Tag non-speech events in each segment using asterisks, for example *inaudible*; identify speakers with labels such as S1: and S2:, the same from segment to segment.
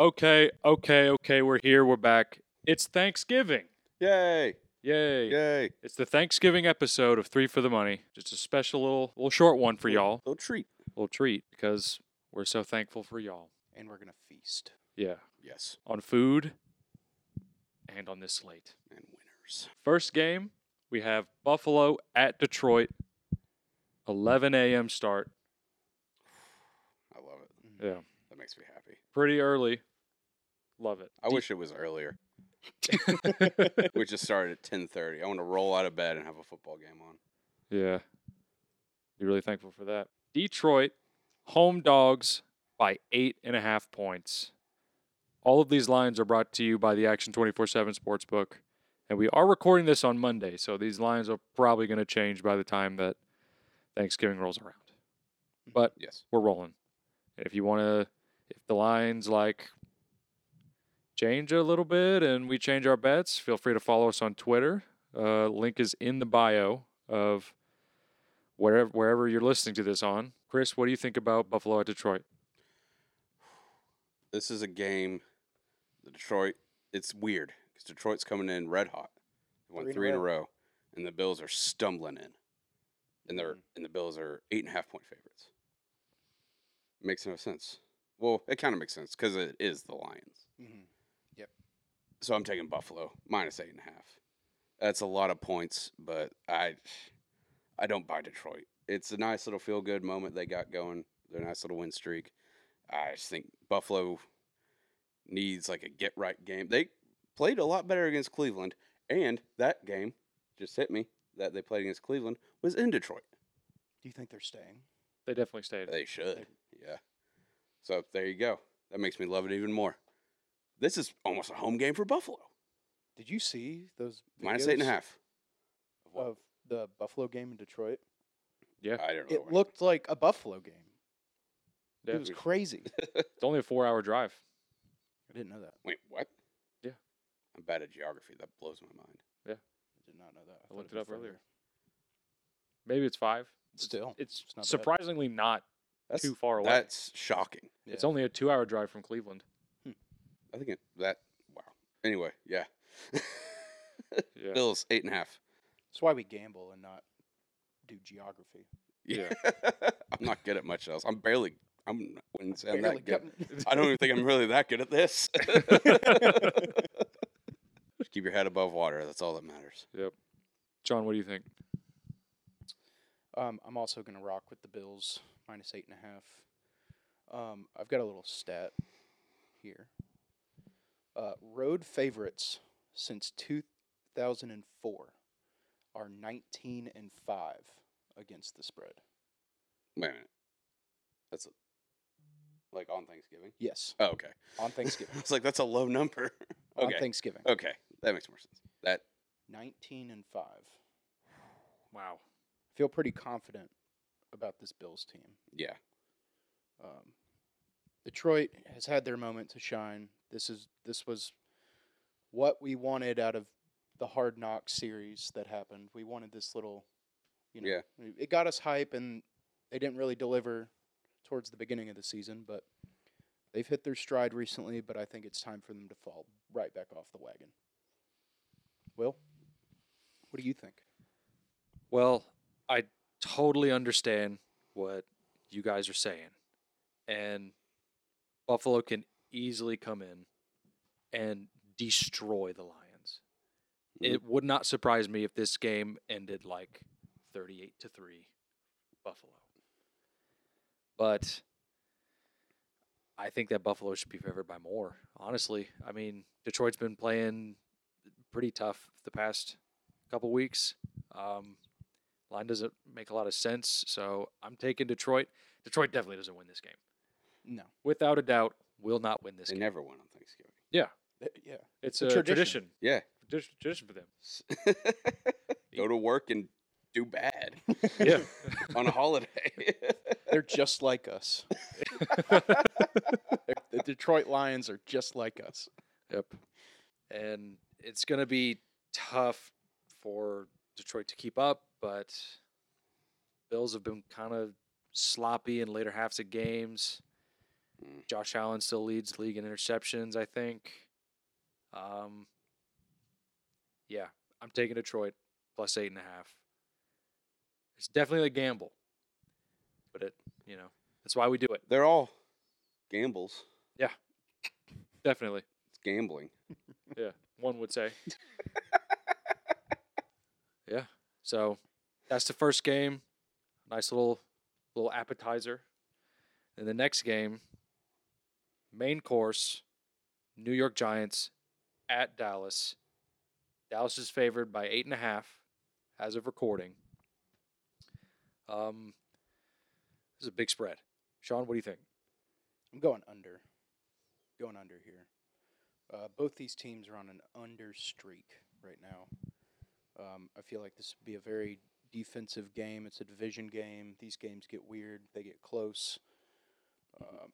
S1: Okay, okay, okay. We're here. We're back. It's Thanksgiving.
S2: Yay!
S1: Yay.
S2: Yay!
S1: It's the Thanksgiving episode of Three for the Money. Just a special little, little short one for y'all.
S2: Little treat.
S1: Little treat because we're so thankful for y'all.
S2: And we're gonna feast.
S1: Yeah.
S2: Yes.
S1: On food and on this slate.
S2: And winners.
S1: First game, we have Buffalo at Detroit, 11 a.m. start.
S2: I love it.
S1: Yeah.
S2: That makes me happy.
S1: Pretty early. Love it.
S2: I wish it was *laughs* earlier.
S1: wish.
S2: We just started at ten thirty. I want to roll out of bed and have a football game on.
S1: Yeah. Be really thankful for that. Detroit, home dogs by eight and a half points. All of these lines are brought to you by the Action 24 7 Sportsbook. And we are recording this on Monday, so these lines are probably going to change by the time that Thanksgiving rolls around. But
S2: Yes.
S1: we're rolling. If you want to, if the lines like change a little bit and we change our bets, feel free to follow us on Twitter. Uh, link is in the bio of wherever wherever you're listening to this on. Chris, what do you think about Buffalo at Detroit?
S2: This is a game. The Detroit. It's weird because Detroit's coming in red hot. They won
S3: Three
S2: three,
S3: in a
S2: in a row, and the Bills are stumbling in, and they're and the Bills are eight and a half point favorites. Makes no sense. Well, it kind of makes sense because it is the Lions. So I'm taking Buffalo minus eight and a half. That's a lot of points, but I, I don't buy Detroit. It's a nice little feel good moment they got going. Their nice little win streak. I just think Buffalo needs like a get right game. They played a lot better against Cleveland, and that game just hit me that they played against Cleveland was in Detroit.
S3: Do you think they're staying?
S1: They definitely stayed.
S2: They should, yeah. So there you go. That makes me love it even more. This is almost a home game for Buffalo.
S3: Did you see those
S2: Minus eight and a
S3: videos
S2: half. Of what?
S3: of the Buffalo game in Detroit?
S2: I don't know.
S3: It looked like a Buffalo game.
S1: Yeah.
S3: It
S1: *laughs*
S3: was crazy.
S1: It's only a four hour drive.
S3: I didn't know that.
S2: Wait, what?
S1: Yeah.
S2: I'm bad at geography. That blows my mind.
S3: I did not know that.
S1: I
S3: thought
S1: looked
S3: it'd
S1: it up
S3: be
S1: earlier.
S3: further.
S1: Maybe it's five.
S3: Still,
S1: It's,
S3: It's not bad.
S1: surprisingly not
S2: That's
S1: too far away.
S2: that's shocking.
S1: It's
S3: yeah.
S1: only a two hour drive from Cleveland.
S2: I think it, that. Wow. Anyway, yeah. *laughs*
S1: Yeah.
S2: Bills eight and a half.
S3: That's why we gamble and not do geography.
S2: Yeah. *laughs* I'm not good at much else. I'm barely. I'm. I Wouldn't say I'm
S3: Barely
S2: that good.
S3: gotten- *laughs*
S2: I don't even think I'm really that good at this. *laughs* Just Keep your head above water. That's all that matters.
S1: John, what do you think?
S3: Um, I'm also going to rock with the Bills minus eight and a half. Um, I've got a little stat here. Uh, road favorites since 2004 are 19 and five against the spread.
S2: Wait a minute. That's like on Thanksgiving.
S3: Yes,
S2: Oh, okay.
S3: on Thanksgiving.
S2: It's like that's a low number. *laughs*
S3: On
S2: okay.
S3: Thanksgiving,
S2: Okay, that makes more sense. That
S3: 19 and five.
S1: Wow.
S3: Feel pretty confident about this Bills team.
S2: yeah,
S3: Um, Detroit has had their moment to shine. This is this was what we wanted out of the Hard Knock series that happened. We wanted this little, you know,
S2: Yeah.
S3: it- it got us hype, and they didn't really deliver towards the beginning of the season, but they've hit their stride recently. But I think it's time for them to fall right back off the wagon. Will, what do you think?
S1: Well, I totally understand what you guys are saying. And Buffalo can easily come in and destroy the Lions.
S2: Mhm.
S1: It would not surprise me if this game ended like 38 to 3 Buffalo. But I think that Buffalo should be favored by more, honestly. I mean, Detroit's been playing pretty tough the past couple weeks. Um, line doesn't make a lot of sense, so I'm taking Detroit. Detroit definitely doesn't win this game.
S3: No,
S1: Without a doubt, will not win this
S2: they
S1: game.
S2: never won on Thanksgiving.
S3: yeah,
S1: It's a,
S3: a
S1: tradition.
S3: tradition.
S1: tradition.
S2: Yeah,
S1: Tradi- Tradition for them.
S2: go to work and do bad
S3: *laughs*
S1: Yeah.
S2: *laughs* on a holiday. *laughs*
S3: they're just like us. *laughs* They're- the Detroit Lions are just like us.
S1: yep. And it's going to be tough for Detroit to keep up, but Bills have been kind of sloppy in later halves of games.
S2: Mm.
S1: Josh Allen still leads league in interceptions, I think. Um, yeah, I'm taking Detroit plus eight and a half. It's definitely a gamble, but it, you know, that's why we do it.
S2: They're all gambles.
S1: Definitely,
S2: It's gambling. *laughs*
S1: one would say. yeah. So that's the first game. Nice little little appetizer. And the next game, main course, New York Giants at Dallas. Dallas is favored by eight and a half as of recording. Um, this is a big spread. Sean, what do you think?
S3: I'm going under. Going under here. Uh, both these teams are on an under streak right now. Um, I feel like this would be a very defensive game. It's a division game. These games get weird, they get close. Um,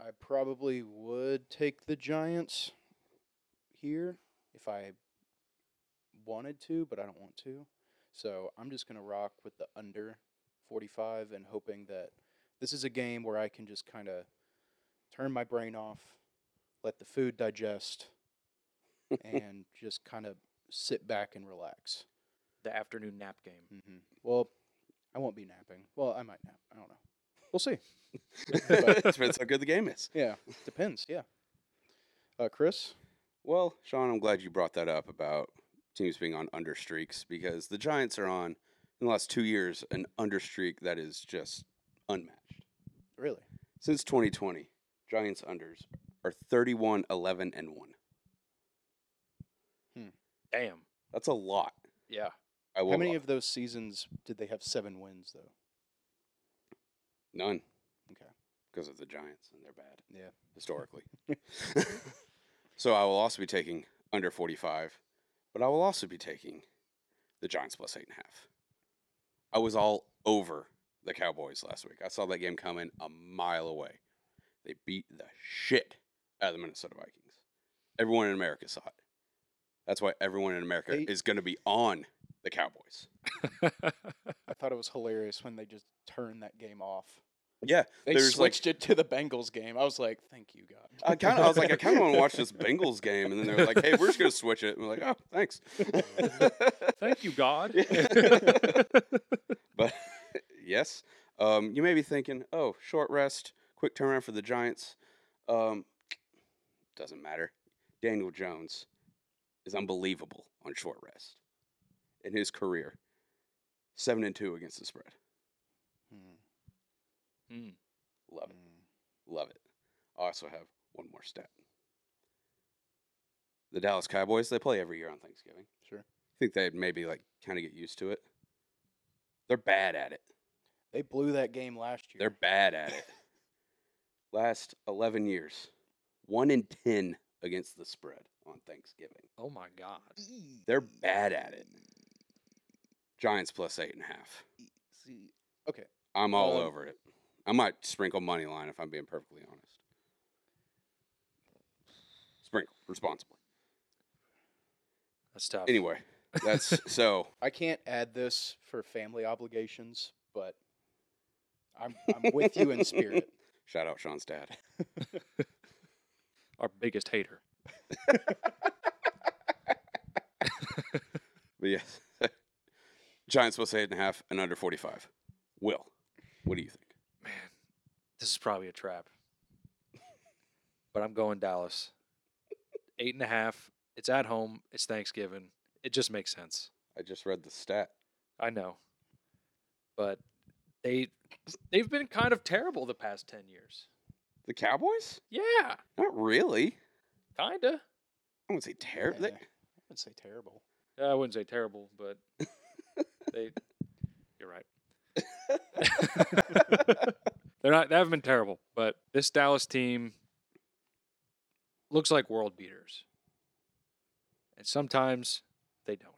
S3: I probably would take the Giants here if I wanted to, but I don't want to. So I'm just going to rock with the under 45 and hoping that this is a game where I can just kind of turn my brain off, let the food digest, and
S2: *laughs*
S3: just kind of sit back and relax.
S1: The afternoon nap game.
S3: hmm Well, I won't be napping. Well, I might nap. I don't know. We'll see. *laughs*
S2: Depends how good the game is.
S3: Yeah, depends. Yeah. Uh, Chris.
S2: Well, Sean, I'm glad you brought that up about teams being on under streaks because the Giants are on in the last two years an under streak that is just unmatched.
S3: Really?
S2: Since 2020, Giants unders are 31, 11, and one.
S1: Damn.
S2: That's a lot.
S1: Yeah.
S2: I will
S3: How many
S2: lie.
S3: of those seasons did they have seven wins though?
S2: none
S3: Okay.
S2: because of the Giants and they're bad
S3: Yeah. *laughs*
S2: historically. so I will also be taking under 45, but I will also be taking the Giants plus eight and a half. I was all over the Cowboys last week. I saw that game coming a mile away. They beat the shit out of the Minnesota Vikings. Everyone in America saw it. That's why everyone in America
S3: They-
S2: is going to be on the Cowboys.
S3: I thought it was hilarious when they just turned that game off.
S2: Yeah,
S3: They
S2: There's, like-
S3: switched it to the Bengals game. I was like, "Thank you, God."
S2: I kind of I was
S3: *laughs*
S2: like I kind of want to watch this Bengals game, and then they're like, "Hey, we're just going to switch it." And we're like, "Oh, thanks." *laughs*
S1: Thank you, God. *laughs*
S2: But yes, um, you may be thinking, oh, short rest, quick turnaround for the Giants. Um, doesn't matter. Daniel Jones is unbelievable on short rest in his career. Seven and two against the spread.
S3: Hmm,
S1: Mm.
S2: Love it.
S3: hmm.
S2: Love it. I also have one more stat. The Dallas Cowboys, they play every year on Thanksgiving.
S3: Sure.
S2: I think they'd maybe like kind of get used to it. They're bad at it.
S3: They blew that game last year.
S2: They're bad at it. Last 11 years, 1 in 10 against the spread on Thanksgiving.
S1: Oh my God.
S2: They're bad at it. Giants plus 8.5.
S3: E, See, okay.
S2: I'm all
S3: Um,
S2: over it. I might sprinkle money line if I'm being perfectly honest. Sprinkle responsibly.
S1: That's tough.
S2: Anyway,
S3: *laughs*
S2: that's so.
S3: I can't add this for family obligations, but I'm I'm with you
S2: *laughs*
S3: in spirit.
S2: Shout out Sean's dad.
S1: our biggest hater.
S2: But yes, *laughs* Giants plus 8.5 and under 45. Will, what do you think?
S1: Man, this is probably a *laughs* trap. but I'm going Dallas. Eight and a half. It's at home. It's Thanksgiving. It just makes sense.
S2: I just read the stat.
S1: I know. But they they've been kind of terrible the past ten years.
S2: The Cowboys?
S1: Yeah.
S2: Not really.
S1: Kinda.
S2: I wouldn't say terrible.
S3: Yeah, I would say terrible.
S1: Yeah, Uh, I wouldn't say terrible, but they you're right. They're not. They haven't been terrible, but this Dallas team looks like world beaters, and sometimes they don't.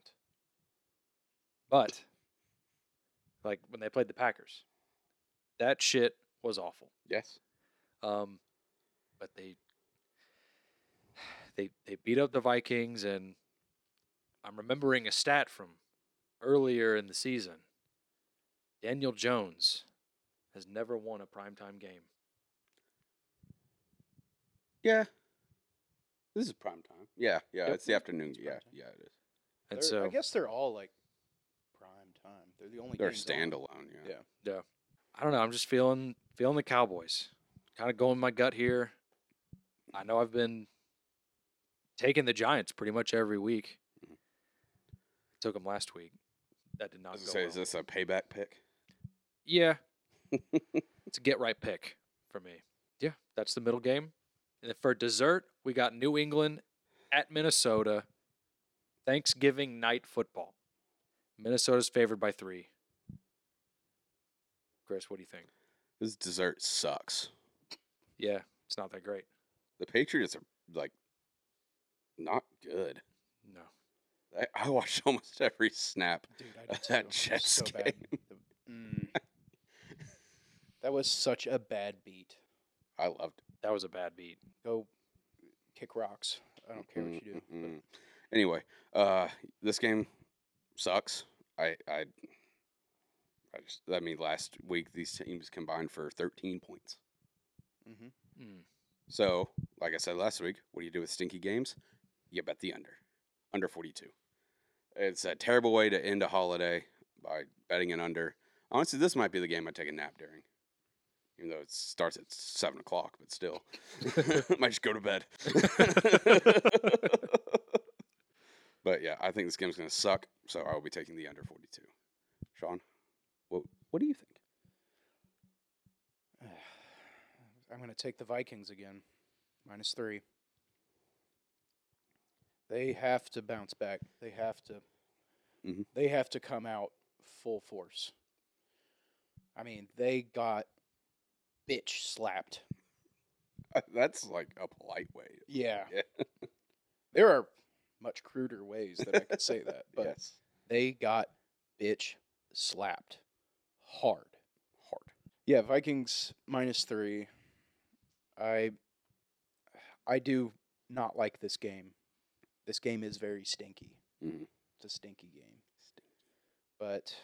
S1: But like when they played the Packers, that shit was awful.
S2: yes.
S1: Um, but they they they beat up the Vikings, and I'm remembering a stat from earlier in the season. Daniel Jones has never won a primetime game.
S2: Yeah. This is prime time. Yeah, yeah.
S3: Yep.
S2: It's the afternoon.
S3: It's prime
S2: yeah, yeah,
S3: time.
S2: it is.
S1: And
S3: They're-
S1: so
S3: I guess they're all like prime time. They're the only
S2: They're
S3: games on.
S2: standalone. Yeah.
S3: Yeah.
S1: I don't know. I'm just feeling feeling the Cowboys. Kind of going with my gut here. I know I've been taking the Giants pretty much every week.
S2: Mhm.
S1: Took them last week. That did
S2: I
S1: not
S2: was
S1: go
S2: gonna say,
S1: well.
S2: is this a payback pick?
S1: *laughs* Yeah. it's a get right pick for me. Yeah, that's the middle game. And then for dessert, we got New England at Minnesota. Thanksgiving night football. Minnesota's favored by three. Chris, what do you think?
S2: This dessert sucks.
S1: Yeah, it's not that great.
S2: The Patriots are like not good.
S1: No.
S2: I, I *laughs* watched almost every snap.
S3: *laughs* Dude,
S2: *laughs*
S3: I did
S2: That
S3: too.
S2: Jets
S3: so bad. The- mm. that was such a bad beat.
S2: I loved. It.
S1: That was a bad beat.
S3: Go kick rocks. I don't care what you do. but-
S2: Mhm. Anyway, uh, this game sucks. I, I, I just. I mean, last week these teams combined for 13 points.
S3: Mhm.
S1: *laughs* Mm.
S2: So, like I said last week, what do you do with stinky games? You bet the under, under 42. It's a terrible way to end a holiday by betting an under. Honestly, this might be the game I take a nap during, even though it starts at seven o'clock, but still, *laughs* might just go to bed. *laughs* but yeah, I think this game's going to suck, so I will be taking the under 42. Sean, what, what do you think? *laughs*
S3: *sighs* I'm going to take the Vikings again. Minus three. They have to bounce back. They have to.
S2: Mhm.
S3: They have to come out full force. I mean, they got bitch slapped.
S2: That's like a polite way.
S3: Yeah.
S2: Yeah.
S3: there are much cruder ways that I could say that, but
S2: yes.
S3: they got bitch slapped hard.
S2: Hard.
S3: Yeah, Vikings minus three. I I do not like this game. This game is very stinky.
S2: Mhm.
S3: It's a stinky game. But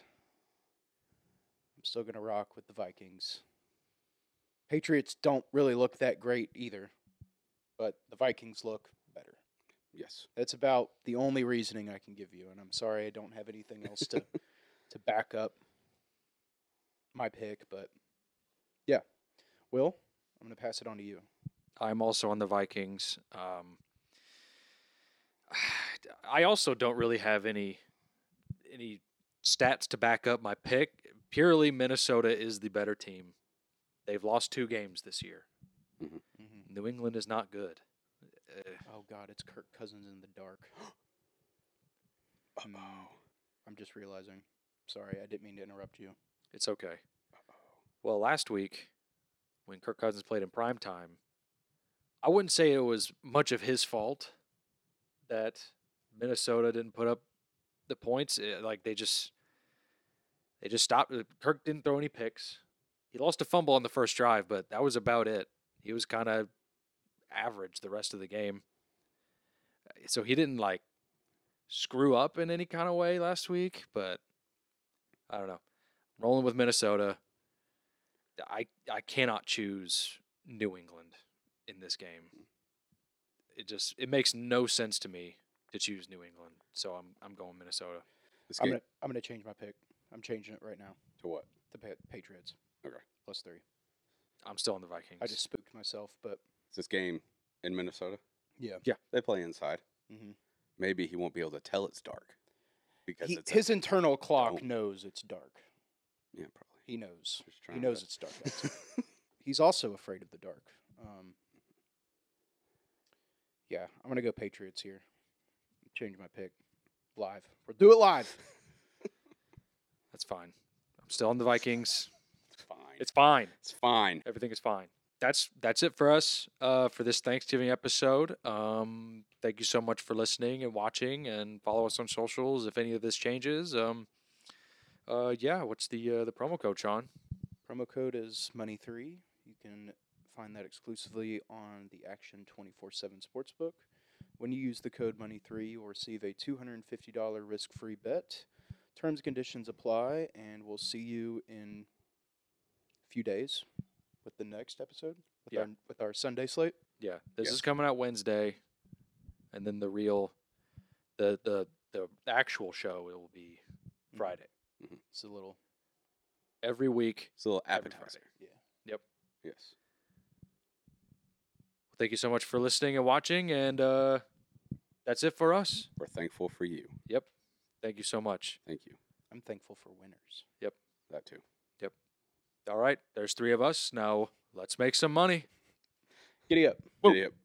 S3: I'm still gonna rock with the Vikings. Patriots don't really look that great either, but the Vikings look better.
S2: Yes.
S3: That's about the only reasoning I can give you, and I'm sorry I don't
S2: *laughs*
S3: have anything else to to back up my pick, but yeah. Will, I'm gonna pass it on to you.
S1: I'm also on the Vikings. Um, *sighs* I also don't really have any any stats to back up my pick. Purely Minnesota is the better team. They've lost two games this year.
S3: Mm-hmm.
S1: New England is not good. Uh,
S3: Oh God, it's Kirk Cousins in the dark.
S2: Oh.
S3: Mm. *gasps* I'm just realizing. Sorry, I didn't mean to interrupt you.
S1: It's okay. Well, last week when Kirk Cousins played in prime time, I wouldn't say it was much of his fault that Minnesota didn't put up the points. Eh, Like they just they just stopped. eh, Kirk didn't throw any picks. He lost a fumble on the first drive, but that was about it. He was kind of average the rest of the game. Eh, So he didn't like screw up in any kind of way last week, but I don't know rolling with Minnesota. I I cannot choose New England in this game. It just it makes no sense to me to choose New England. So I'm I'm going Minnesota.
S2: This
S3: I'm
S2: game-
S3: gonna I'm gonna change my pick. I'm changing it right now.
S2: To what?
S3: The pa- Patriots.
S2: Okay.
S3: Plus three.
S1: I'm still on the Vikings.
S3: I just spooked myself, but
S2: Is this game in Minnesota?
S3: yeah.
S2: They play inside.
S3: hmm
S2: Maybe he won't be able to tell it's dark because
S3: He,
S2: it's a- Oh.
S3: his internal clock
S2: don't.
S3: knows it's dark.
S2: yeah probably.
S3: He knows.
S2: Just
S3: He
S2: trying
S3: knows
S2: to-
S3: it's dark.
S2: *laughs*
S3: outside. He's also afraid of the dark. Um, yeah, I'm gonna go Patriots here. Change my pick. Live. We'll do it
S1: *laughs*
S3: live.
S1: That's fine. I'm still on the
S3: *laughs*
S1: Vikings.
S2: it's fine. It's,
S1: It's fine.
S2: fine.
S1: Everything is fine. That's that's it for us uh, for this Thanksgiving episode. Um, thank you so much for listening and watching, and follow us on socials if any of this changes. Um, uh, yeah, what's the uh, the promo code, Sean?
S3: Promo code is money three. You can find that exclusively on the Action 24 7 Sportsbook. When you use the code money three, you'll receive a $250 risk free bet. Terms and conditions apply, and we'll see you in a few days with the next episode. with
S1: Yeah.
S3: our with our Sunday slate.
S1: Yeah, this
S2: Yeah.
S1: is coming out Wednesday, and then the real, the the the actual show it will be
S3: Mhm.
S1: Friday
S3: It's a little
S1: every week.
S2: It's a little
S1: Every Friday.
S2: appetizer.
S3: yeah.
S2: Yes.
S1: Thank you so much for listening and watching, and uh, that's it for us.
S2: We're thankful for you.
S1: Yep, thank you so much.
S2: Thank you.
S3: I'm thankful for winners.
S2: That too.
S1: All right, there's three of us now. Let's make some money.
S2: Giddy up.
S1: Woo.
S2: Giddy up.